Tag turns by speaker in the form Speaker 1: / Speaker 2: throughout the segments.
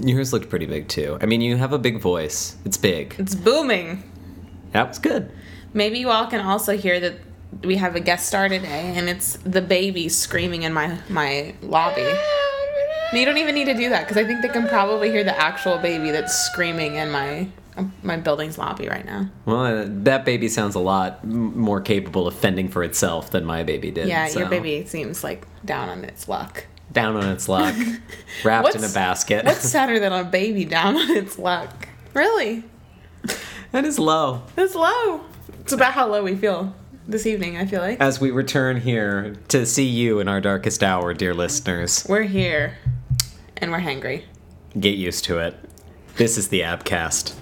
Speaker 1: Yours looked pretty big too. I mean, you have a big voice. It's big.
Speaker 2: It's booming.
Speaker 1: That was good.
Speaker 2: Maybe you all can also hear that we have a guest star today, and it's the baby screaming in my my lobby. You don't even need to do that because I think they can probably hear the actual baby that's screaming in my my building's lobby right now.
Speaker 1: Well, uh, that baby sounds a lot m- more capable of fending for itself than my baby did.
Speaker 2: Yeah,
Speaker 1: so.
Speaker 2: your baby seems like down on its luck.
Speaker 1: down on its luck, wrapped in a
Speaker 2: What's-
Speaker 1: basket.
Speaker 2: What's sadder than a baby down on its luck? Really?
Speaker 1: that is low.
Speaker 2: It's low. It's about how low we feel this evening, I feel like.
Speaker 1: As we return here to see you in our darkest hour, dear listeners,
Speaker 2: We're here and we're hangry.
Speaker 1: get used to it. This is the Abcast.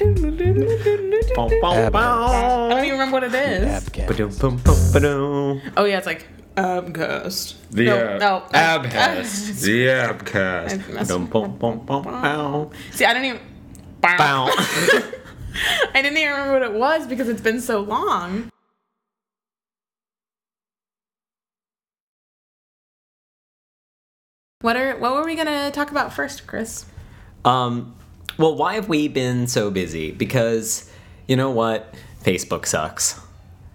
Speaker 2: I
Speaker 1: Bow, bow, bow.
Speaker 2: don't even remember what it is.
Speaker 1: Ba-dum, bum, bum, ba-dum.
Speaker 2: Oh, yeah, it's like abcast.
Speaker 3: The
Speaker 2: no,
Speaker 3: uh,
Speaker 2: no.
Speaker 3: Abcast. the
Speaker 2: I
Speaker 3: Abcast.
Speaker 2: messed-
Speaker 1: Ba-dum, bum, bum, bum, bow.
Speaker 2: See, I don't even.
Speaker 1: Bow.
Speaker 2: I didn't even remember what it was because it's been so long. What are what were we gonna talk about first, Chris?
Speaker 1: Um, well, why have we been so busy? Because you know what? Facebook sucks.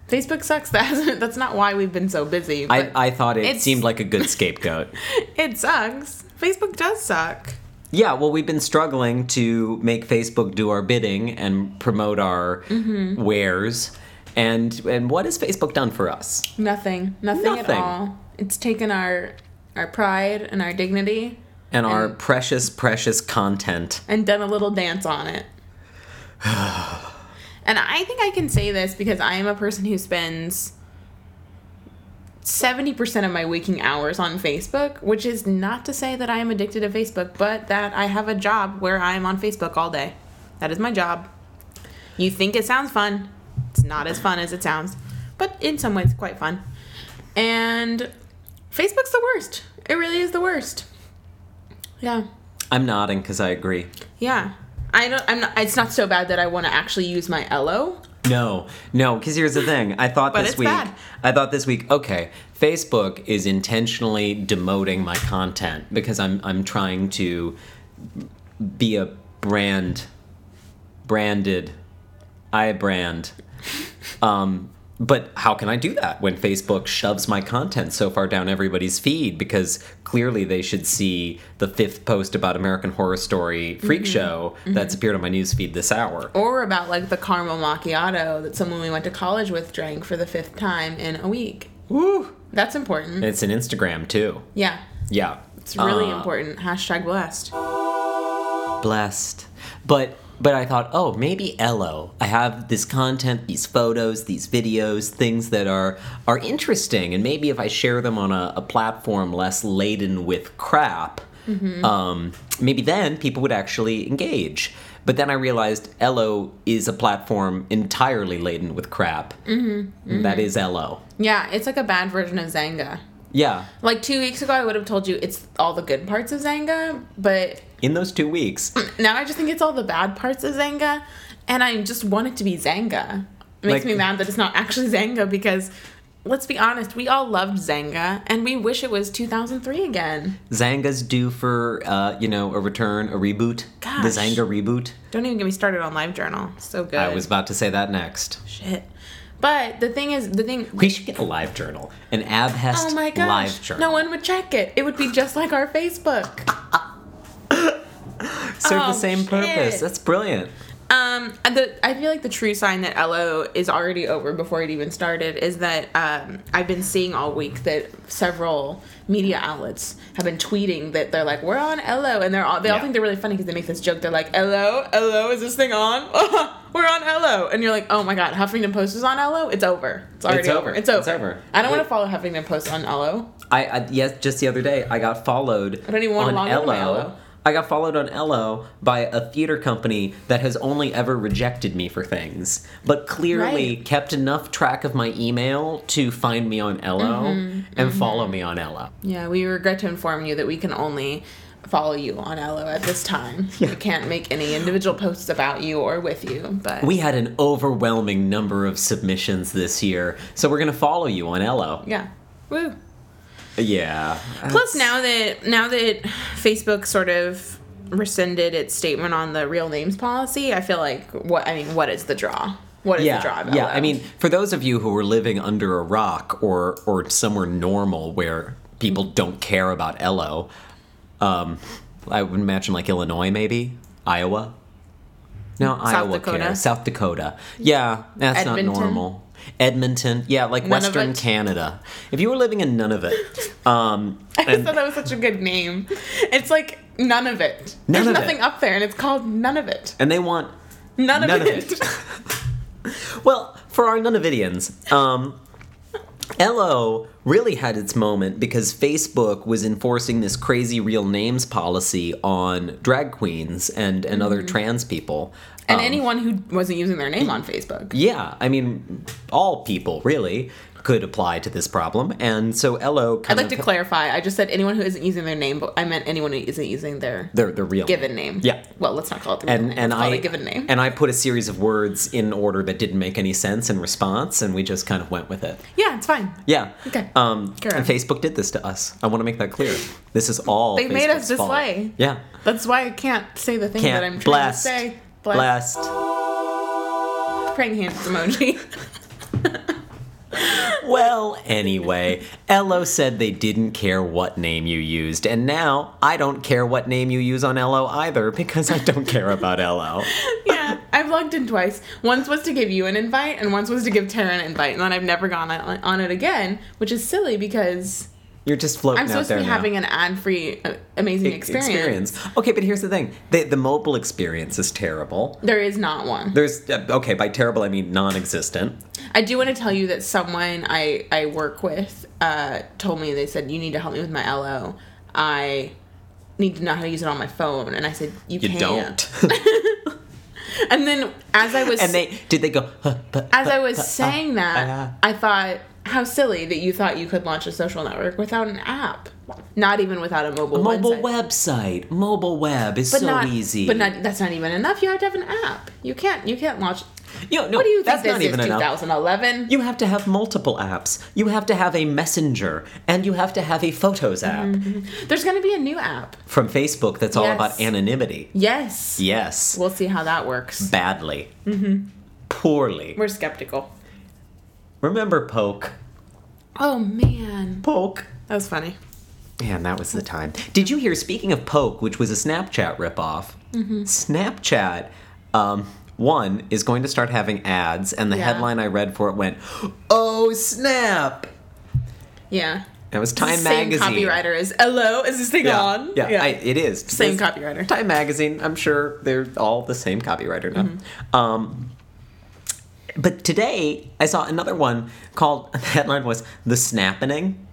Speaker 2: Facebook sucks. That hasn't, that's not why we've been so busy. But
Speaker 1: I, I thought it
Speaker 2: it's-
Speaker 1: seemed like a good scapegoat.
Speaker 2: it sucks. Facebook does suck.
Speaker 1: yeah, well, we've been struggling to make Facebook do our bidding and promote our
Speaker 2: Mm-hmm.
Speaker 1: wares. And and what has Facebook done for us?
Speaker 2: Nothing. Nothing, at
Speaker 1: Nothing.
Speaker 2: all. It's taken our our pride and our dignity
Speaker 1: And our precious, precious content.
Speaker 2: and done a little dance on it. and I think I can say this because I am a person who spends 70% of my waking hours on Facebook, which is not to say that I am addicted to Facebook, but that I have a job where I'm on Facebook all day. That is my job. You think it sounds fun. It's not as fun as it sounds, but in some ways, quite fun. And Facebook's the worst. It really is the worst. Yeah.
Speaker 1: I'm nodding because I agree.
Speaker 2: Yeah. I don't I'm not it's not so bad that I want to actually use my LO.
Speaker 1: No, no, because here's the thing. I thought
Speaker 2: But
Speaker 1: this
Speaker 2: it's
Speaker 1: week.
Speaker 2: bad.
Speaker 1: I thought this week. Okay, Facebook is intentionally demoting my content because I'm I'm trying to be a brand, branded, I brand. Um, but how can I do that when Facebook shoves my content so far down everybody's feed? Because clearly they should see the fifth post about American Horror Story Freak
Speaker 2: Mm-hmm.
Speaker 1: Show that's appeared on my newsfeed this hour.
Speaker 2: Or about like the caramel macchiato that someone we went to college with drank for the fifth time in a week.
Speaker 1: Woo!
Speaker 2: That's important.
Speaker 1: It's an Instagram too.
Speaker 2: yeah.
Speaker 1: Yeah.
Speaker 2: It's really
Speaker 1: Uh,
Speaker 2: important. Hashtag blessed.
Speaker 1: Blessed. But but I thought, oh, maybe Ello. I have this content, these photos, these videos, things that are are interesting, and maybe if I share them on a, a platform less laden with crap, um, maybe then people would actually engage. But then I realized Ello is a platform entirely laden with crap. Mm-hmm. is Ello.
Speaker 2: Yeah, it's like a bad version of Zanga.
Speaker 1: Yeah.
Speaker 2: Like two weeks ago I would have told you it's all the good parts of Zanga, but
Speaker 1: In those two weeks,
Speaker 2: now I just think it's all the bad parts of Zanga, and I just want it to be Zanga. It makes
Speaker 1: Like-
Speaker 2: me mad that it's not actually Zanga because, let's be honest, we all loved Zanga, and we wish it was 2003 again.
Speaker 1: Zanga's due for uh, you know a return, a reboot, the
Speaker 2: Gosh.
Speaker 1: Zanga reboot.
Speaker 2: Don't even get me started on LiveJournal. So good.
Speaker 1: I was about to say that next.
Speaker 2: shit. But the thing is, the thing.
Speaker 1: We should get a live journal, an Abhest
Speaker 2: Oh my
Speaker 1: live
Speaker 2: gosh!
Speaker 1: journal.
Speaker 2: No one would check it. It would be just like our Facebook.
Speaker 1: serve
Speaker 2: Oh,
Speaker 1: the same
Speaker 2: shit.
Speaker 1: purpose. That's brilliant.
Speaker 2: Um, and the, I feel like the true sign that LO is already over before it even started is that um, I've been seeing all week that several media outlets have been tweeting that they're like, "We're on LO," and they're all they all
Speaker 1: Yeah.
Speaker 2: think they're really funny because they make this joke. They're like, "LO, LO, is this thing on? We're on LO," and you're like, "Oh my god, Huffington Post is on LO. It's over. It's already
Speaker 1: It's
Speaker 2: over.
Speaker 1: over.
Speaker 2: It's over.
Speaker 1: It's over.
Speaker 2: I don't
Speaker 1: Wait.
Speaker 2: want to follow Huffington Post on LO.
Speaker 1: I, I yes, just the other day I got followed.
Speaker 2: I don't even wanna
Speaker 1: on
Speaker 2: log into my Ello.
Speaker 1: I got followed on Ello by a theater company that has only ever rejected me for things, but clearly
Speaker 2: Right.
Speaker 1: kept enough track of my email to find me on Ello
Speaker 2: Mm-hmm.
Speaker 1: and follow me on Ello.
Speaker 2: Yeah, we regret to inform you that we can only follow you on LO at this time. We can't make any individual posts about you or with you, but
Speaker 1: We had an overwhelming number of submissions this year, so we're gonna follow you on Ello.
Speaker 2: yeah. Woo.
Speaker 1: Yeah.
Speaker 2: Plus now that now that Facebook sort of rescinded its statement on the real names policy, I feel like what I mean, what is the draw? What is
Speaker 1: yeah,
Speaker 2: the draw about?
Speaker 1: yeah.
Speaker 2: that?
Speaker 1: I mean, for those of you who are living under a rock or or somewhere normal where people don't care about Elo, um, I would imagine like Illinois, maybe Iowa. No, Iowa
Speaker 2: Dakota.
Speaker 1: cares. South Dakota. Yeah, that's
Speaker 2: Edmonton.
Speaker 1: not normal. Edmonton, yeah, like
Speaker 2: Nunavut.
Speaker 1: Western Canada. If you were living in none of it, um,
Speaker 2: I just
Speaker 1: and-
Speaker 2: thought that was such a good name. It's like none of it.
Speaker 1: None
Speaker 2: There's
Speaker 1: of it.
Speaker 2: nothing up there, and it's called none of it.
Speaker 1: and they want
Speaker 2: None of
Speaker 1: None of
Speaker 2: it.
Speaker 1: Well, for our Nunavidians, um, Elo really had its moment because Facebook was enforcing this crazy real names policy on drag queens and, and
Speaker 2: Mm-hmm.
Speaker 1: other trans people.
Speaker 2: and
Speaker 1: Um,
Speaker 2: anyone who wasn't using their name on Facebook.
Speaker 1: Yeah, I mean, all people really could apply to this problem. And so Elo
Speaker 2: I'd
Speaker 1: kind
Speaker 2: like
Speaker 1: of.
Speaker 2: to clarify. I just said anyone who isn't using their name, but I meant anyone who isn't using their
Speaker 1: their, their real
Speaker 2: given name.
Speaker 1: Yeah.
Speaker 2: Well, let's not call it the real
Speaker 1: and
Speaker 2: name.
Speaker 1: and
Speaker 2: Let's call
Speaker 1: I
Speaker 2: it a given name.
Speaker 1: and I put a series of words in order that didn't make any sense in response, and we just kind of went with it.
Speaker 2: yeah, it's fine.
Speaker 1: Yeah.
Speaker 2: Okay.
Speaker 1: Um,
Speaker 2: Carry
Speaker 1: and
Speaker 2: on.
Speaker 1: Facebook did this to us. I want to make that clear. This is all
Speaker 2: They made us
Speaker 1: Facebook's
Speaker 2: this
Speaker 1: fault.
Speaker 2: way.
Speaker 1: Yeah.
Speaker 2: That's why I can't say the thing
Speaker 1: Can't
Speaker 2: that I'm trying
Speaker 1: blast,
Speaker 2: to say. Blast.
Speaker 1: blast.
Speaker 2: Praying hands emoji.
Speaker 1: Well, anyway, Elo said they didn't care what name you used, and now I don't care what name you use on Elo either because I don't care about Elo.
Speaker 2: yeah, I've logged in twice. Once was to give you an invite, and once was to give Tara an invite, and then I've never gone on, on it again, which is silly because
Speaker 1: You're just floating
Speaker 2: I'm
Speaker 1: out
Speaker 2: supposed to
Speaker 1: there
Speaker 2: be
Speaker 1: now.
Speaker 2: having an ad-free, uh,
Speaker 1: E-,
Speaker 2: amazing experience.
Speaker 1: Okay, but here's the thing: the, the mobile experience is terrible.
Speaker 2: There is not one.
Speaker 1: There's uh, okay by terrible I mean non-existent.
Speaker 2: I do want to tell you that someone I I work with uh, told me they said you need to help me with my LO. I need to know how to use it on my phone, and I said you,
Speaker 1: You
Speaker 2: can't.
Speaker 1: don't.
Speaker 2: And then as I was
Speaker 1: and they did they go huh, but,
Speaker 2: as I
Speaker 1: but,
Speaker 2: was
Speaker 1: but, uh,
Speaker 2: saying that,
Speaker 1: uh.
Speaker 2: I thought how silly that you thought you could launch a social network without an app, not even without a mobile
Speaker 1: mobile
Speaker 2: website.
Speaker 1: website. Mobile web is
Speaker 2: But
Speaker 1: so
Speaker 2: not
Speaker 1: easy.
Speaker 2: But not, that's not even enough. You have to have an app. You can't. You can't launch.
Speaker 1: You know, no,
Speaker 2: What do you think
Speaker 1: that's
Speaker 2: this
Speaker 1: not even
Speaker 2: is?
Speaker 1: enough.
Speaker 2: 2011.
Speaker 1: You have to have multiple apps. You have to have a messenger, and you have to have a photos app
Speaker 2: There's going to be a new app.
Speaker 1: from Facebook that's all
Speaker 2: Mm-hmm. Yes.
Speaker 1: about anonymity.
Speaker 2: Yes.
Speaker 1: Yes,
Speaker 2: We'll see how that works.
Speaker 1: badly, mm-hmm. poorly.
Speaker 2: We're skeptical.
Speaker 1: Remember Poke?
Speaker 2: Oh man,
Speaker 1: Poke.
Speaker 2: that was funny.
Speaker 1: Man, that was the time. Did you hear? Speaking of Poke, which was a Snapchat ripoff,
Speaker 2: Mm-hmm.
Speaker 1: Snapchat um, one is going to start having ads, and the
Speaker 2: Yeah.
Speaker 1: headline I read for it went, "Oh snap!"
Speaker 2: Yeah.
Speaker 1: That was Time
Speaker 2: Same
Speaker 1: Magazine.
Speaker 2: copywriter is hello. Is this thing
Speaker 1: Yeah,
Speaker 2: on?
Speaker 1: yeah, I, it is
Speaker 2: Same
Speaker 1: There's-
Speaker 2: copywriter.
Speaker 1: Time Magazine. I'm sure they're all the same copywriter now.
Speaker 2: Mm-hmm.
Speaker 1: Um, but today I saw another one called the headline was the snapping.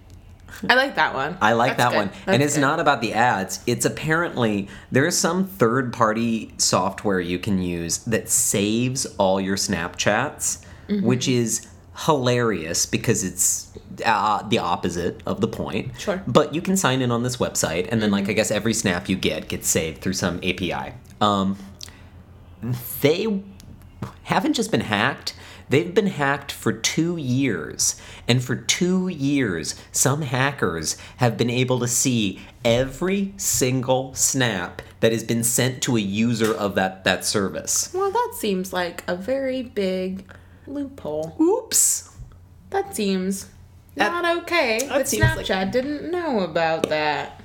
Speaker 2: I like that one.
Speaker 1: I like that
Speaker 2: That's good.
Speaker 1: one.
Speaker 2: That's
Speaker 1: and it's
Speaker 2: good.
Speaker 1: not about the ads. It's apparently there is some third party software you can use that saves all your Snapchats,
Speaker 2: Mm-hmm.
Speaker 1: which is hilarious because it's uh, the opposite of the point.
Speaker 2: Sure. Mm-hmm.
Speaker 1: But you can sign in on this website, and then, like, I guess every snap you get gets saved through some API. Um, they haven't just been hacked, they've been hacked for two years. And for two years, some hackers have been able to see every single snap that has been sent to a user of that, that service.
Speaker 2: Well, that seems like a very big loophole.
Speaker 1: Oops!
Speaker 2: That seems
Speaker 1: That-
Speaker 2: not okay. That,
Speaker 1: seems like-
Speaker 2: Snapchat didn't know about that.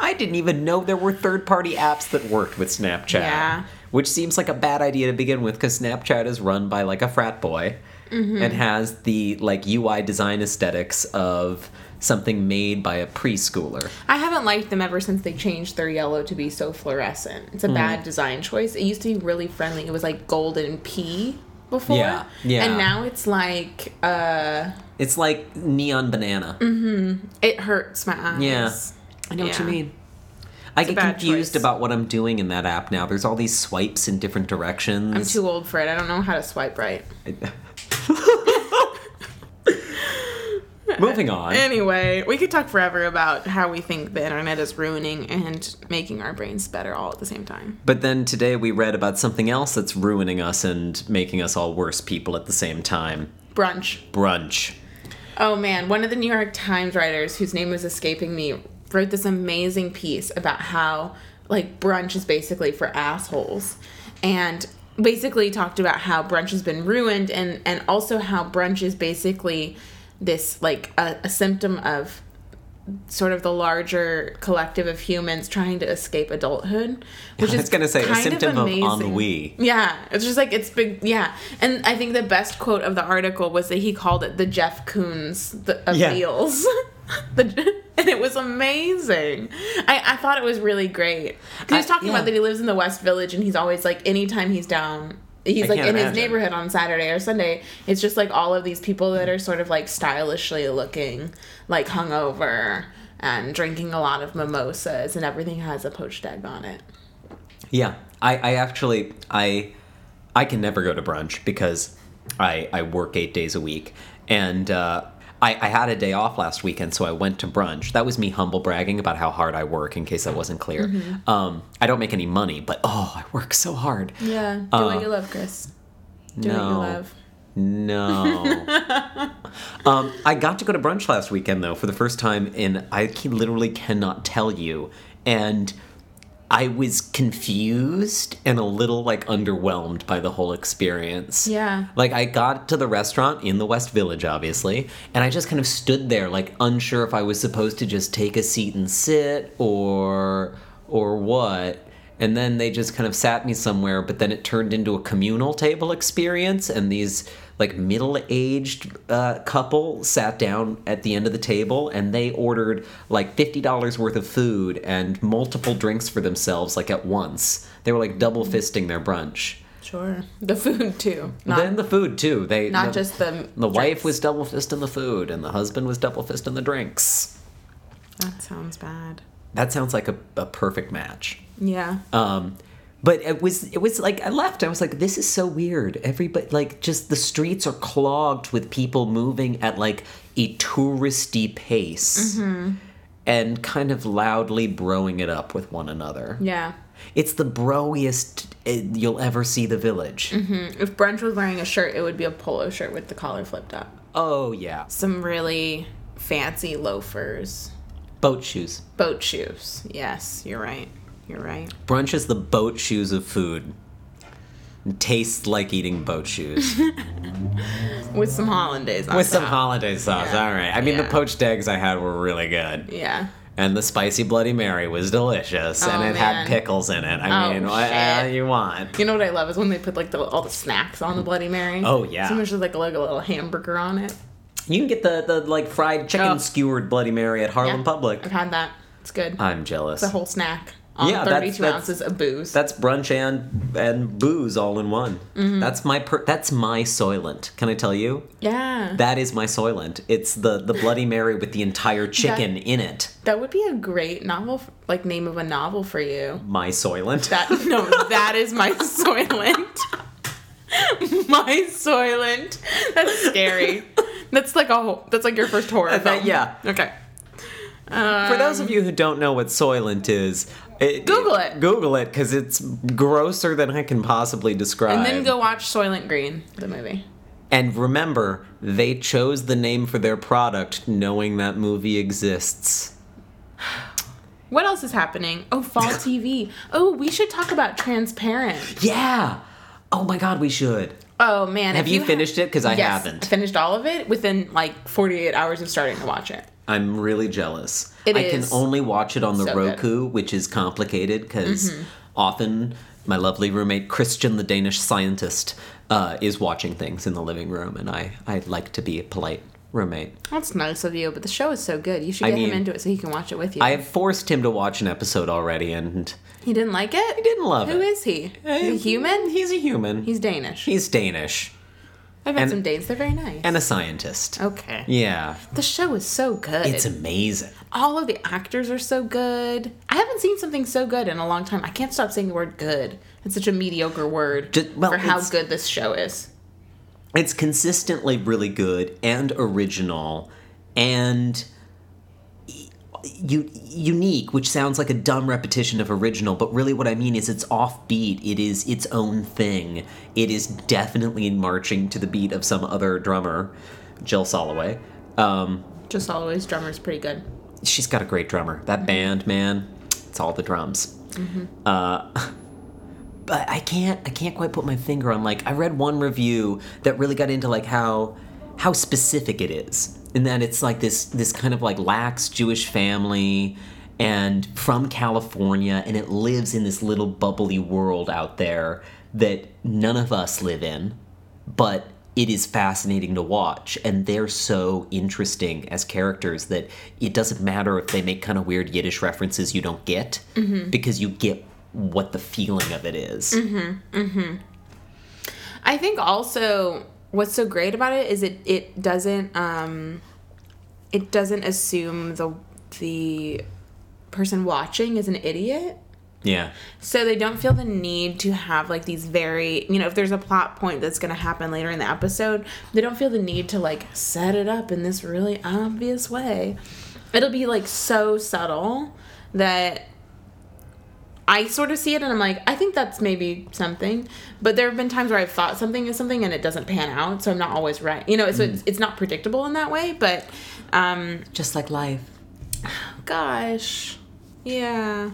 Speaker 1: I didn't even know there were third party apps that worked with Snapchat.
Speaker 2: Yeah.
Speaker 1: Which seems like a bad idea to begin with because Snapchat is run by like a frat boy and has the like UI design aesthetics of something made by a preschooler.
Speaker 2: I haven't liked them ever since they changed their yellow to be so fluorescent.
Speaker 1: Hmm.
Speaker 2: It's a bad design choice. It used to be really friendly. It was like golden pea before.
Speaker 1: Yeah, yeah.
Speaker 2: And now it's like uh
Speaker 1: It's like neon banana.
Speaker 2: it hurts my eyes.
Speaker 1: Yeah. I know what you
Speaker 2: Mm. Yeah.
Speaker 1: mean. I
Speaker 2: a
Speaker 1: get
Speaker 2: bad
Speaker 1: confused
Speaker 2: choice.
Speaker 1: about what I'm doing in that app now. There's all these swipes in different directions.
Speaker 2: I'm too old for it. I don't know how to swipe right.
Speaker 1: Moving on.
Speaker 2: Anyway, we could talk forever about how we think the internet is ruining and making our brains better all at the same time.
Speaker 1: But then today we read about something else that's ruining us and making us all worse people at the same time.
Speaker 2: Brunch.
Speaker 1: Brunch.
Speaker 2: Oh man, one of the New York Times writers whose name is escaping me wrote this amazing piece about how like brunch is basically for assholes and basically talked about how brunch has been ruined and and also how brunch is basically this like a, a symptom of sort of the larger collective of humans trying to escape adulthood which
Speaker 1: I
Speaker 2: is
Speaker 1: was gonna say, a
Speaker 2: kind
Speaker 1: symptom
Speaker 2: of,
Speaker 1: of
Speaker 2: amazing.
Speaker 1: ennui.
Speaker 2: yeah it's just like it's big yeah and i think the best quote of the article was that he called it the jeff koons the, of
Speaker 1: Yeah.
Speaker 2: meals the, and it was amazing i, I thought it was really great 'Cause he was
Speaker 1: I-
Speaker 2: talking
Speaker 1: yeah.
Speaker 2: about that he lives in the west village and he's always like anytime he's down he's
Speaker 1: I
Speaker 2: like
Speaker 1: can't
Speaker 2: in his
Speaker 1: imagine.
Speaker 2: neighborhood on Saturday or Sunday. It's just like all of these people that are sort of like stylishly looking, like hungover and drinking a lot of mimosas, and everything has a poached egg on it.
Speaker 1: Yeah, I, I actually I I can never go to brunch because I I work eight days a week, and uh, I I had a day off last weekend, so I went to brunch. That was me humble bragging about how hard I work, in case that wasn't clear.
Speaker 2: Mm-hmm.
Speaker 1: Um, I don't make any money, but oh, I work so hard.
Speaker 2: Yeah, do
Speaker 1: Uh,
Speaker 2: what you love, Chris. Do what you
Speaker 1: no.
Speaker 2: love.
Speaker 1: No. um, I got to go to brunch last weekend though for the first time, and I ca- literally cannot tell you. And I was confused and a little like underwhelmed by the whole experience.
Speaker 2: Yeah.
Speaker 1: Like I got to the restaurant in the West Village, obviously, and I just kind of stood there, like unsure if I was supposed to just take a seat and sit or or what. And then they just kind of sat me somewhere, but then it turned into a communal table experience, and these like middle-aged uh, couple sat down at the end of the table and they ordered like $50 worth of food and multiple drinks for themselves like at once they were like
Speaker 2: Mm.
Speaker 1: double fisting their brunch
Speaker 2: Sure, the food too. Not
Speaker 1: then the food too they
Speaker 2: not
Speaker 1: the-
Speaker 2: just the
Speaker 1: the wife
Speaker 2: drinks.
Speaker 1: was double fisting the food, and the husband was double fisting the drinks.
Speaker 2: That sounds bad.
Speaker 1: That sounds like a, a perfect match.
Speaker 2: Yeah.
Speaker 1: Um, but it was it was like I left. I was like, this is so weird. Everybody like just the streets are clogged with people moving at like a touristy pace.
Speaker 2: Mm-hmm.
Speaker 1: And kind of loudly broing it up with one another.
Speaker 2: Yeah.
Speaker 1: It's the broiest uh, you'll ever see the village.
Speaker 2: If brunch was wearing a shirt, it would be a polo shirt with the collar flipped up.
Speaker 1: Oh, yeah.
Speaker 2: Some really fancy loafers.
Speaker 1: Boat shoes.
Speaker 2: Boat shoes. Yes, you're right. You're right.
Speaker 1: Brunch is the boat shoes of food. It tastes like eating boat shoes
Speaker 2: With some hollandaise on
Speaker 1: with some
Speaker 2: top.
Speaker 1: holiday sauce.
Speaker 2: Yeah.
Speaker 1: All right. I mean, the
Speaker 2: Yeah.
Speaker 1: poached eggs I had were really good,
Speaker 2: yeah.
Speaker 1: and the spicy Bloody Mary was delicious, and
Speaker 2: Oh,
Speaker 1: it
Speaker 2: man.
Speaker 1: had pickles in it. I
Speaker 2: Oh,
Speaker 1: mean, what uh,
Speaker 2: shit.
Speaker 1: you want?
Speaker 2: You know what I love is when they put like the, all the snacks on the Bloody Mary.
Speaker 1: Oh, yeah.
Speaker 2: Sometimes there's like a, like, a little hamburger on it.
Speaker 1: You can get the, the like fried chicken
Speaker 2: Oh.
Speaker 1: skewered Bloody Mary at Harlem
Speaker 2: Yeah.
Speaker 1: Public.
Speaker 2: I've had that. It's good.
Speaker 1: I'm jealous.
Speaker 2: the whole snack on
Speaker 1: Uh, Yeah, that's-
Speaker 2: 32
Speaker 1: that's-
Speaker 2: ounces of booze.
Speaker 1: That's brunch and and booze all in one.
Speaker 2: Mm-hmm.
Speaker 1: That's my per- that's my Soylent. Can I tell you?
Speaker 2: yeah. That,
Speaker 1: That is my Soylent. It's the the Bloody Mary with the entire chicken in it.
Speaker 2: would be a great novel, f- like name of a novel for you.
Speaker 1: My Soylent.
Speaker 2: That no, that is my Soylent. my Soylent. That's scary. That's like a whole, that's like your first horror
Speaker 1: I thought-
Speaker 2: film.
Speaker 1: Uh, yeah.
Speaker 2: Okay.
Speaker 1: For those of you who don't know what Soylent is, it,
Speaker 2: Um, Google it.
Speaker 1: Google it because it's grosser than I can possibly describe.
Speaker 2: And then go watch Soylent Green, the movie.
Speaker 1: And remember, they chose the name for their product knowing that movie exists.
Speaker 2: What else is happening? Oh, fall TV. Oh, we should talk about Transparent.
Speaker 1: Yeah. Oh my God, we should.
Speaker 2: Oh man,
Speaker 1: Have
Speaker 2: if
Speaker 1: you,
Speaker 2: ha-
Speaker 1: finished it? Because I
Speaker 2: Yes, I
Speaker 1: haven't.
Speaker 2: finished all of it within like 48 hours of starting to watch it.
Speaker 1: I'm really jealous.
Speaker 2: It
Speaker 1: I
Speaker 2: is
Speaker 1: can only watch it on the
Speaker 2: so good. Mm-hmm.
Speaker 1: Roku, which is complicated because often my lovely roommate Christian, the Danish scientist, uh, is watching things in the living room, and I I like to be a polite roommate.
Speaker 2: That's nice of you, but the show is so good. You should
Speaker 1: I
Speaker 2: get
Speaker 1: mean,
Speaker 2: him into it so he can watch it with you.
Speaker 1: I have forced him to watch an episode already, and
Speaker 2: he didn't like it? He
Speaker 1: didn't love
Speaker 2: Who
Speaker 1: it.
Speaker 2: is he? He's a human?
Speaker 1: He's a human.
Speaker 2: He's Danish.
Speaker 1: He's Danish
Speaker 2: I've had
Speaker 1: and-
Speaker 2: some dates. They're very nice.
Speaker 1: and a scientist.
Speaker 2: okay.
Speaker 1: Yeah,
Speaker 2: The show is so good.
Speaker 1: it's amazing.
Speaker 2: all of the actors are so good. I haven't seen something so good in a long time. I can't stop saying the word good. It's such a mediocre word
Speaker 1: Just- well,
Speaker 2: for how
Speaker 1: it's-
Speaker 2: good this show is.
Speaker 1: it's consistently really good and original and y- u- unique which sounds like a dumb repetition of original but really what i mean is it's offbeat it is its own thing it is definitely marching to the beat of some other drummer jill soloway um,
Speaker 2: Just always drummer's pretty good.
Speaker 1: she's got a great drummer that band man it's all the drums Uh, but I can't I can't quite put my finger on like I read one review that really got into like how how specific it is in that it's like this this kind of like lax Jewish family and from California and it lives in this little bubbly world out there that none of us live in but it is fascinating to watch and they're so interesting as characters that it doesn't matter if they make kind of weird yiddish references you don't get
Speaker 2: Mm-hmm.
Speaker 1: because you get what the feeling of it is.
Speaker 2: I think also what's so great about it is it it doesn't um it doesn't assume the the person watching is an idiot.
Speaker 1: yeah
Speaker 2: So they don't feel the need to have like these very, you know, if there's a plot point that's going to happen later in the episode, they don't feel the need to like set it up in this really obvious way. It'll be like so subtle that I sort of see it and I'm like, I think that's maybe something. But there have been times where I've thought something is something and it doesn't pan out, so I'm not always right. You know, so it's, it's not predictable in that way, but um
Speaker 1: Mm. just like life.
Speaker 2: gosh. Yeah.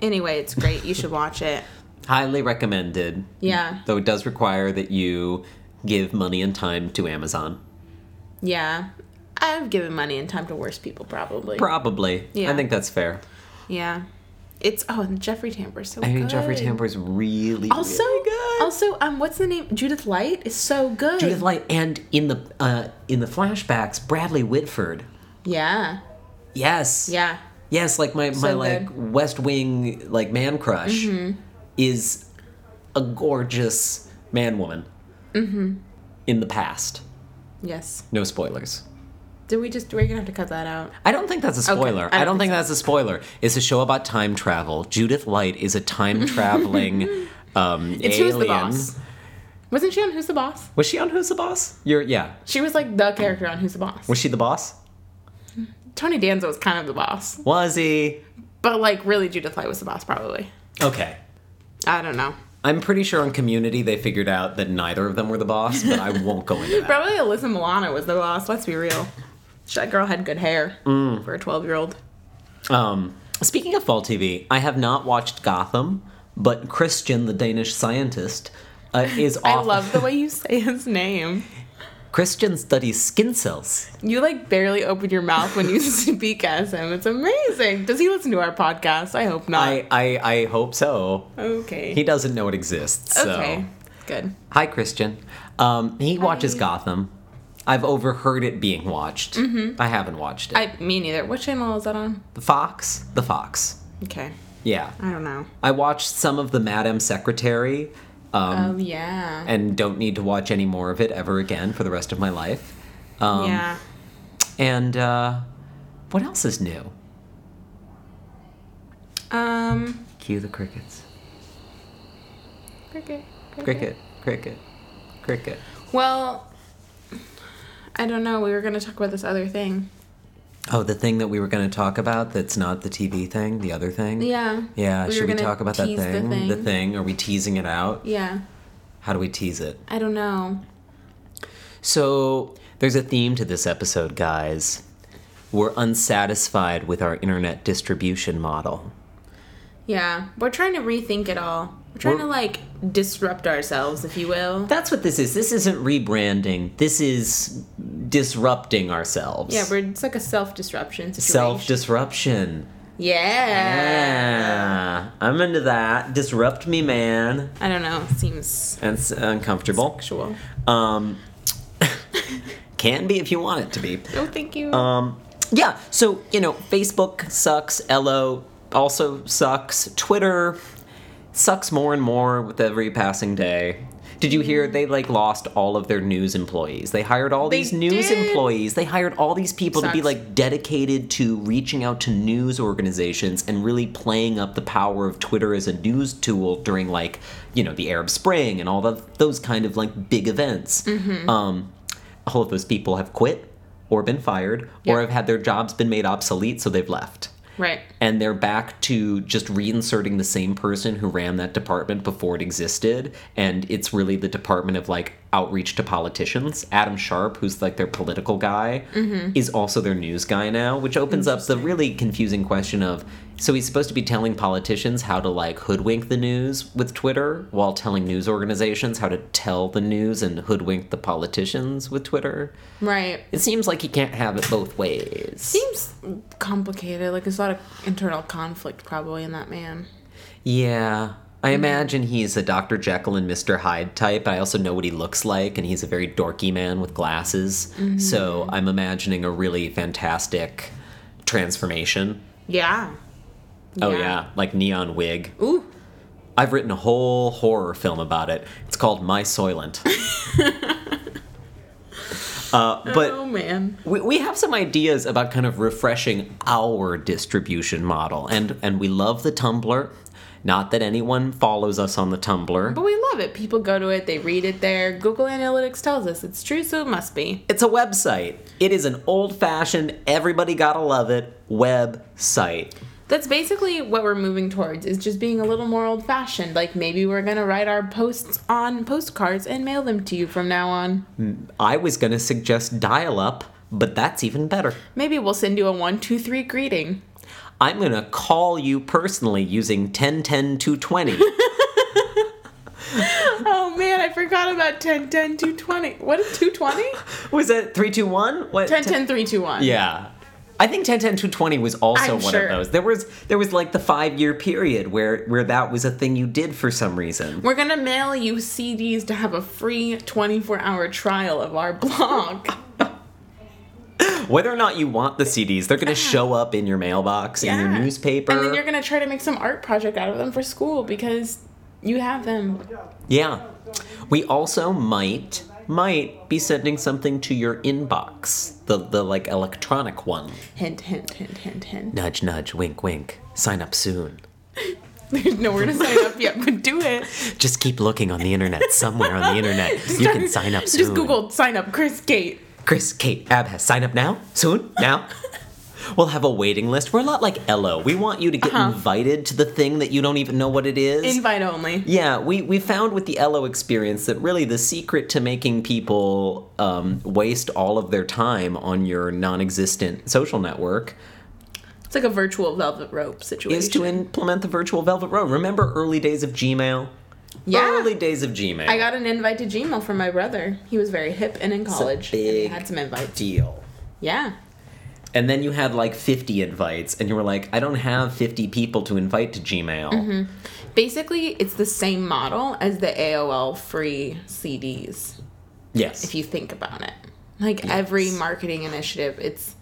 Speaker 2: Anyway, it's great. You should watch it.
Speaker 1: Highly recommended.
Speaker 2: Yeah.
Speaker 1: Though it does require that you give money and time to Amazon.
Speaker 2: Yeah. I've given money and time to worse people, probably.
Speaker 1: Probably.
Speaker 2: Yeah.
Speaker 1: I think that's fair.
Speaker 2: yeah. It's oh, and Jeffrey Tambor's so
Speaker 1: I mean,
Speaker 2: good.
Speaker 1: Jeffrey Tambor's really,
Speaker 2: also
Speaker 1: really good.
Speaker 2: Also, um, what's the name? Judith Light is so good.
Speaker 1: Judith Light, and in the uh, in the flashbacks, Bradley Whitford.
Speaker 2: Yeah.
Speaker 1: Yes.
Speaker 2: Yeah.
Speaker 1: Yes, like my, my
Speaker 2: good. Mm-hmm.
Speaker 1: like West Wing like man crush is a gorgeous man woman. Mm-hmm. In the past.
Speaker 2: Yes.
Speaker 1: No spoilers.
Speaker 2: Did we just? We're gonna have to cut that out.
Speaker 1: I don't think that's a spoiler.
Speaker 2: I
Speaker 1: I
Speaker 2: don't
Speaker 1: don't, think that's
Speaker 2: think
Speaker 1: a spoiler. It's a show about time travel. Judith Light is a time traveling um,
Speaker 2: It's
Speaker 1: alien.
Speaker 2: Who's the Boss. Wasn't she on Who's the Boss?
Speaker 1: Was she on Who's the Boss? You're yeah.
Speaker 2: She was like the character on Who's the Boss.
Speaker 1: Was she the boss?
Speaker 2: Tony Danza was kind of the boss,
Speaker 1: Was he?
Speaker 2: but like really, Judith Light was the boss, probably.
Speaker 1: Okay.
Speaker 2: I don't know.
Speaker 1: I'm pretty sure on Community they figured out that neither of them were the boss, but I won't go into that.
Speaker 2: Probably Alyssa Milano was the boss. Let's be real. That girl had good hair
Speaker 1: Mm.
Speaker 2: for a twelve-year-old.
Speaker 1: Um, speaking of fall TV, I have not watched Gotham, but Christian, the Danish scientist, uh, is off.
Speaker 2: I love the way you say his name.
Speaker 1: Christian studies skin cells.
Speaker 2: You like barely open your mouth when you speak as him. It's amazing. Does he listen to our podcast? I hope not.
Speaker 1: I, I, I hope so.
Speaker 2: okay.
Speaker 1: He doesn't know it exists. So.
Speaker 2: okay. Good.
Speaker 1: Hi, Christian. Um, he watches Gotham. I've overheard it being watched. I haven't watched it.
Speaker 2: Mm-hmm. I me neither. What channel is that on?
Speaker 1: the Fox? The Fox.
Speaker 2: Okay.
Speaker 1: Yeah.
Speaker 2: I don't know.
Speaker 1: I watched some of the Madam Secretary um,
Speaker 2: Oh yeah.
Speaker 1: and don't need to watch any more of it ever again for the rest of my life. Um,
Speaker 2: yeah.
Speaker 1: And uh, what else is new?
Speaker 2: Um.
Speaker 1: Cue the crickets.
Speaker 2: Cricket.
Speaker 1: Cricket, cricket, cricket.
Speaker 2: Well, I don't know. We were gonna talk about this other thing.
Speaker 1: Oh, the thing that we were going to talk about that's not the TV thing, the other thing?
Speaker 2: Yeah.
Speaker 1: Yeah,
Speaker 2: We were
Speaker 1: should we
Speaker 2: gonna
Speaker 1: talk about that
Speaker 2: tease the
Speaker 1: thing?
Speaker 2: thing.
Speaker 1: Are we teasing it out?
Speaker 2: Yeah.
Speaker 1: How do we tease it?
Speaker 2: I don't know.
Speaker 1: So, there's a theme to this episode, guys. We're unsatisfied with our internet distribution model.
Speaker 2: Yeah. We're trying to rethink it all. We're trying
Speaker 1: We're-
Speaker 2: to like disrupt ourselves, if you will.
Speaker 1: That's what this is. This isn't rebranding. This is disrupting ourselves.
Speaker 2: Yeah, we're it's like a self disruption situation.
Speaker 1: self disruption.
Speaker 2: Yeah.
Speaker 1: Yeah, I'm into that. Disrupt me, man.
Speaker 2: I don't know. Seems
Speaker 1: That's uncomfortable.
Speaker 2: sexual.
Speaker 1: Um, can be if you want it to be.
Speaker 2: No, thank you.
Speaker 1: Um, yeah, so, you know, Facebook sucks. Ello also sucks. Twitter sucks more and more with every passing day. Did you hear they like lost all of their news employees? They hired all
Speaker 2: They
Speaker 1: these news
Speaker 2: did.
Speaker 1: employees. They hired all these people to be
Speaker 2: Sucks.
Speaker 1: like dedicated to reaching out to news organizations and really playing up the power of Twitter as a news tool during like, you know, the Arab Spring and all the, those kind of like big events.
Speaker 2: Mm-hmm.
Speaker 1: Um, all of those people have quit or been fired or
Speaker 2: Yeah.
Speaker 1: have had their jobs been made obsolete, so they've left
Speaker 2: right.
Speaker 1: and they're back to just reinserting the same person who ran that department before it existed and it's really the department of like outreach to politicians adam sharp who's like their political guy is also their news guy now which opens up the really confusing question of So he's supposed to be telling politicians how to like hoodwink the news with Twitter while telling news organizations how to tell the news and hoodwink the politicians with Twitter.
Speaker 2: Right.
Speaker 1: It seems like he can't have it both ways.
Speaker 2: Seems complicated. Like there's a lot of internal conflict probably in that man.
Speaker 1: Yeah. I imagine he's a Dr. Jekyll and Mr. Hyde type. I also know what he looks like, and he's a very dorky man with glasses. So I'm imagining a really fantastic transformation.
Speaker 2: Yeah.
Speaker 1: Oh, yeah, like neon wig.
Speaker 2: Ooh.
Speaker 1: I've written a whole horror film about it. It's called My Soylent. uh, but
Speaker 2: oh man.
Speaker 1: we, we have some ideas about kind of refreshing our distribution model and and we love the tumblr not that anyone follows us on the tumblr
Speaker 2: But we love it. People go to it, they read it there. Google Analytics tells us it's true, so it must be.
Speaker 1: it's a website it is an old-fashioned everybody gotta love it website
Speaker 2: That's basically what we're moving towards is just being a little more old fashioned. Like maybe we're gonna write our posts on postcards and mail them to you from now on.
Speaker 1: i was gonna suggest dial-up but that's even better
Speaker 2: Maybe we'll send you a one, two, three greeting.
Speaker 1: i'm gonna call you personally using 1010-220
Speaker 2: Oh man, I forgot about 10, 10, 220. What is 220?
Speaker 1: was that 321 what
Speaker 2: 10, 10, 321.
Speaker 1: Yeah. I think 10 10 220 was also
Speaker 2: I'm
Speaker 1: one
Speaker 2: sure.
Speaker 1: of those. There was there was like the 5 year period where where that was a thing you did for some reason.
Speaker 2: We're gonna mail you CDs to have a free 24 hour trial of our blog.
Speaker 1: Whether or not you want the CDs, they're going to show up in your mailbox in your
Speaker 2: Yeah.
Speaker 1: newspaper.
Speaker 2: And then you're gonna try to make some art project out of them for school because you have them.
Speaker 1: yeah. We also might might be sending something to your inbox, the the like electronic one.
Speaker 2: Hint, hint, hint, hint, hint.
Speaker 1: Nudge nudge wink wink. Sign up soon.
Speaker 2: There's nowhere to sign up yet, but do it.
Speaker 1: Just keep looking on the internet somewhere on the internet. You can sign up soon.
Speaker 2: Just Google sign up Chris Gate.
Speaker 1: Chris, Kate, Abha, sign up now, soon, now. we'll have a waiting list. We're a lot like Ello. We want you to get
Speaker 2: Uh-huh.
Speaker 1: invited to the thing that you don't even know what it is.
Speaker 2: Invite only.
Speaker 1: yeah, we, we found with the Ello experience that really the secret to making people um, waste all of their time on your non existent social network
Speaker 2: It's like a virtual velvet rope situation.
Speaker 1: is to implement the virtual velvet road. Remember early days of Gmail?
Speaker 2: Yeah.
Speaker 1: Early days of Gmail.
Speaker 2: I got an invite to Gmail from my brother. He was very hip and in college. and he
Speaker 1: big
Speaker 2: had some invites.
Speaker 1: deal.
Speaker 2: Yeah.
Speaker 1: And then you had like 50 invites, and you were like, I don't have 50 people to invite to Gmail.
Speaker 2: Mm-hmm. Basically, it's the same model as the AOL free CDs,
Speaker 1: Yes.
Speaker 2: if you think about it. Like every marketing initiative, it's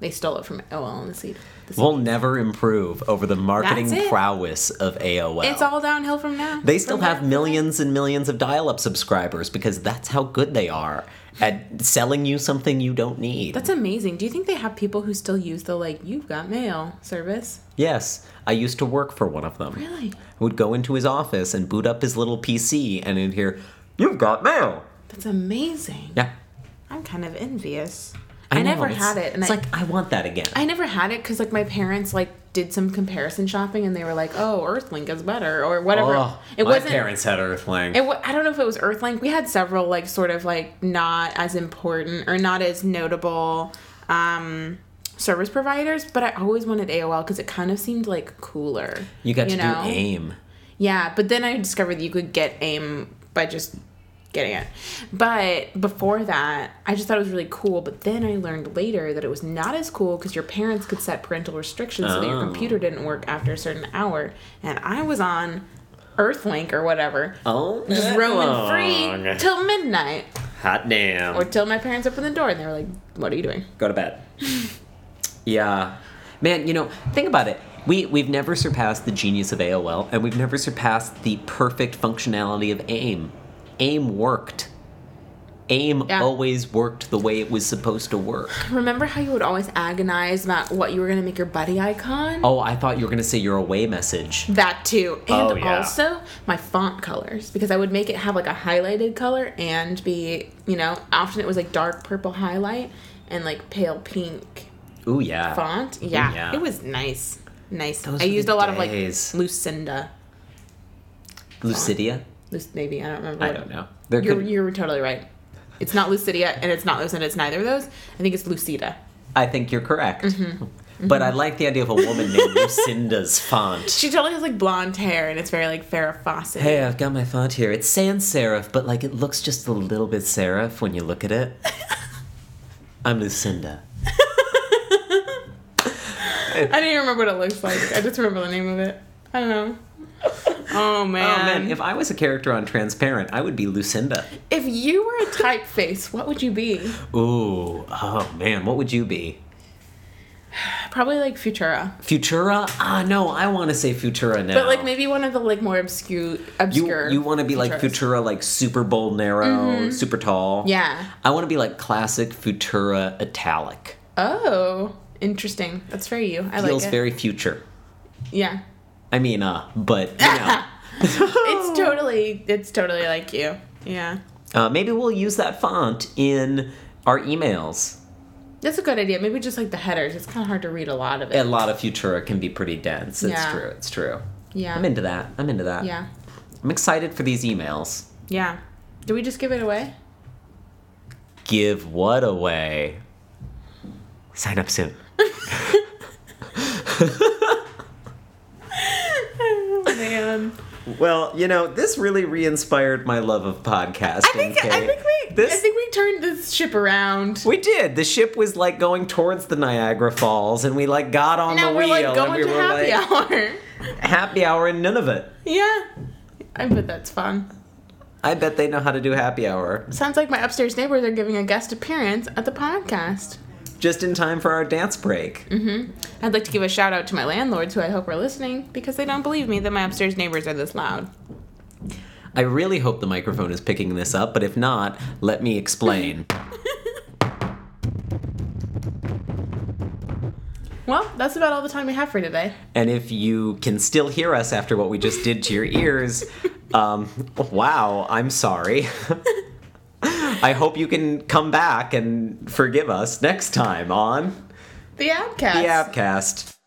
Speaker 2: they stole it from AOL and the CD. The CD.
Speaker 1: we'll never improve over the marketing
Speaker 2: That's it.
Speaker 1: prowess of AOL.
Speaker 2: it's all downhill from now.
Speaker 1: they still
Speaker 2: From
Speaker 1: have
Speaker 2: there.
Speaker 1: millions and millions of dial up subscribers because that's how good they are at selling you something you don't need.
Speaker 2: That's amazing. Do you think they have people who still use the like you've got mail service?
Speaker 1: yes, I used to work for one of them.
Speaker 2: Really?
Speaker 1: I would go into his office and boot up his little PC and he'd hear, You've got mail.
Speaker 2: That's amazing.
Speaker 1: Yeah.
Speaker 2: I'm kind of envious. I,
Speaker 1: know,
Speaker 2: never
Speaker 1: it's-
Speaker 2: had it, and
Speaker 1: it's
Speaker 2: I,
Speaker 1: like I want that again.
Speaker 2: I never had it because like my parents like did some comparison shopping, and they were like, "Oh, Earthlink is better," or whatever.
Speaker 1: Oh,
Speaker 2: it
Speaker 1: my
Speaker 2: wasn't.
Speaker 1: parents had Earthling.
Speaker 2: It wa- I don't know if it was Earthlink. We had several like sort of like not as important or not as notable um, service providers, but I always wanted AOL because it kind of seemed like cooler.
Speaker 1: You got to
Speaker 2: know?
Speaker 1: do AIM.
Speaker 2: Yeah, but then I discovered that you could get AIM by just getting it. But before that, I just thought it was really cool. But then I learned later that it was not as cool because your parents could set parental restrictions so that your
Speaker 1: Oh.
Speaker 2: computer didn't work after a certain hour. And I was on Earthlink or whatever,
Speaker 1: Oh,
Speaker 2: just roaming free till midnight
Speaker 1: Hot damn.
Speaker 2: or till my parents opened the door and they were like, What are you doing?
Speaker 1: Go to bed. yeah, man. You know, think about it. We we've never surpassed the genius of AOL, and we've never surpassed the perfect functionality of AIM. AIM worked. AIM
Speaker 2: Yeah.
Speaker 1: always worked the way it was supposed to work.
Speaker 2: Remember how you would always agonize about what you were going to make your buddy icon?
Speaker 1: Oh, I thought you were gonna say your away message.
Speaker 2: That too. And
Speaker 1: Oh, yeah.
Speaker 2: also my font colors because I would make it have like a highlighted color and be, you know, often it was like dark purple highlight and like pale pink
Speaker 1: Ooh yeah.
Speaker 2: font. Yeah.
Speaker 1: yeah.
Speaker 2: It was nice. Nice.
Speaker 1: Those
Speaker 2: I
Speaker 1: were the
Speaker 2: used a lot
Speaker 1: days.
Speaker 2: of like Lucinda.
Speaker 1: Lucidia.
Speaker 2: Luc- maybe. I don't remember.
Speaker 1: I
Speaker 2: what-
Speaker 1: don't know. There
Speaker 2: You're,
Speaker 1: could,
Speaker 2: you're totally right. It's not Lucidia and it's not Lucinda. It's neither of those. I think it's Lucida.
Speaker 1: I think you're correct.
Speaker 2: Mm-hmm.
Speaker 1: But I like the idea of a woman named Lucinda's font.
Speaker 2: She totally has like blonde hair and it's very like Farrah Fawcett.
Speaker 1: Hey, I've got my font here. It's sans serif, but like it looks just a little bit serif when you look at it. I'm Lucinda.
Speaker 2: I don't even remember what it looks like. I just remember the name of it. I don't know. Oh man.
Speaker 1: Oh man, if I was a character on Transparent, I would be Lucinda.
Speaker 2: if you were a typeface, what would you be?
Speaker 1: Ooh, oh man, what would you be?
Speaker 2: Probably like Futura.
Speaker 1: Futura? Ah, no, I want to say Futura now.
Speaker 2: But like maybe one of the like more obscure obscure.
Speaker 1: You, you want to be like
Speaker 2: Futuras.
Speaker 1: Futura, like super bold, narrow, super tall.
Speaker 2: Mm-hmm. Yeah.
Speaker 1: I want to be like classic Futura italic.
Speaker 2: Oh, interesting. That's very you. I
Speaker 1: Feels
Speaker 2: like it.
Speaker 1: very future.
Speaker 2: yeah.
Speaker 1: I mean, uh, but you know.
Speaker 2: It's totally it's totally like you. Yeah.
Speaker 1: Uh, maybe we'll use that font in our emails.
Speaker 2: That's a good idea. Maybe just like the headers. It's kind of hard to read a lot of
Speaker 1: A
Speaker 2: it.
Speaker 1: lot of Futura can be pretty dense. It's
Speaker 2: Yeah.
Speaker 1: true. It's true.
Speaker 2: Yeah.
Speaker 1: I'm into that. I'm into that.
Speaker 2: yeah.
Speaker 1: I'm excited for these emails.
Speaker 2: Yeah. Did we just give it away?
Speaker 1: Give what away? Sign up soon.
Speaker 2: Oh man.
Speaker 1: Well, you know, this really re-inspired my love of podcasting.
Speaker 2: I think I think we I
Speaker 1: this
Speaker 2: think we turned this ship around.
Speaker 1: we did. The ship was like going towards the Niagara Falls, and we like got on
Speaker 2: now
Speaker 1: the
Speaker 2: we're
Speaker 1: wheel,
Speaker 2: like
Speaker 1: and
Speaker 2: going
Speaker 1: we
Speaker 2: to
Speaker 1: were
Speaker 2: happy
Speaker 1: like
Speaker 2: hour.
Speaker 1: happy hour in Nunavut.
Speaker 2: Yeah. I bet that's fun.
Speaker 1: I bet they know how to do happy hour.
Speaker 2: Sounds like my upstairs neighbors are giving a guest appearance at the podcast.
Speaker 1: just in time for our dance break.
Speaker 2: I'd like to give a shout out to my landlords who I hope are listening because they don't believe me that my upstairs neighbors are this loud.
Speaker 1: I really hope the microphone is picking this up, but if not, let me explain.
Speaker 2: Well, that's about all the time we have for today.
Speaker 1: and if you can still hear us after what we just did to your ears, um, wow, I'm sorry. I hope you can come back and forgive us next time on
Speaker 2: The Abcast.
Speaker 1: the Appcast.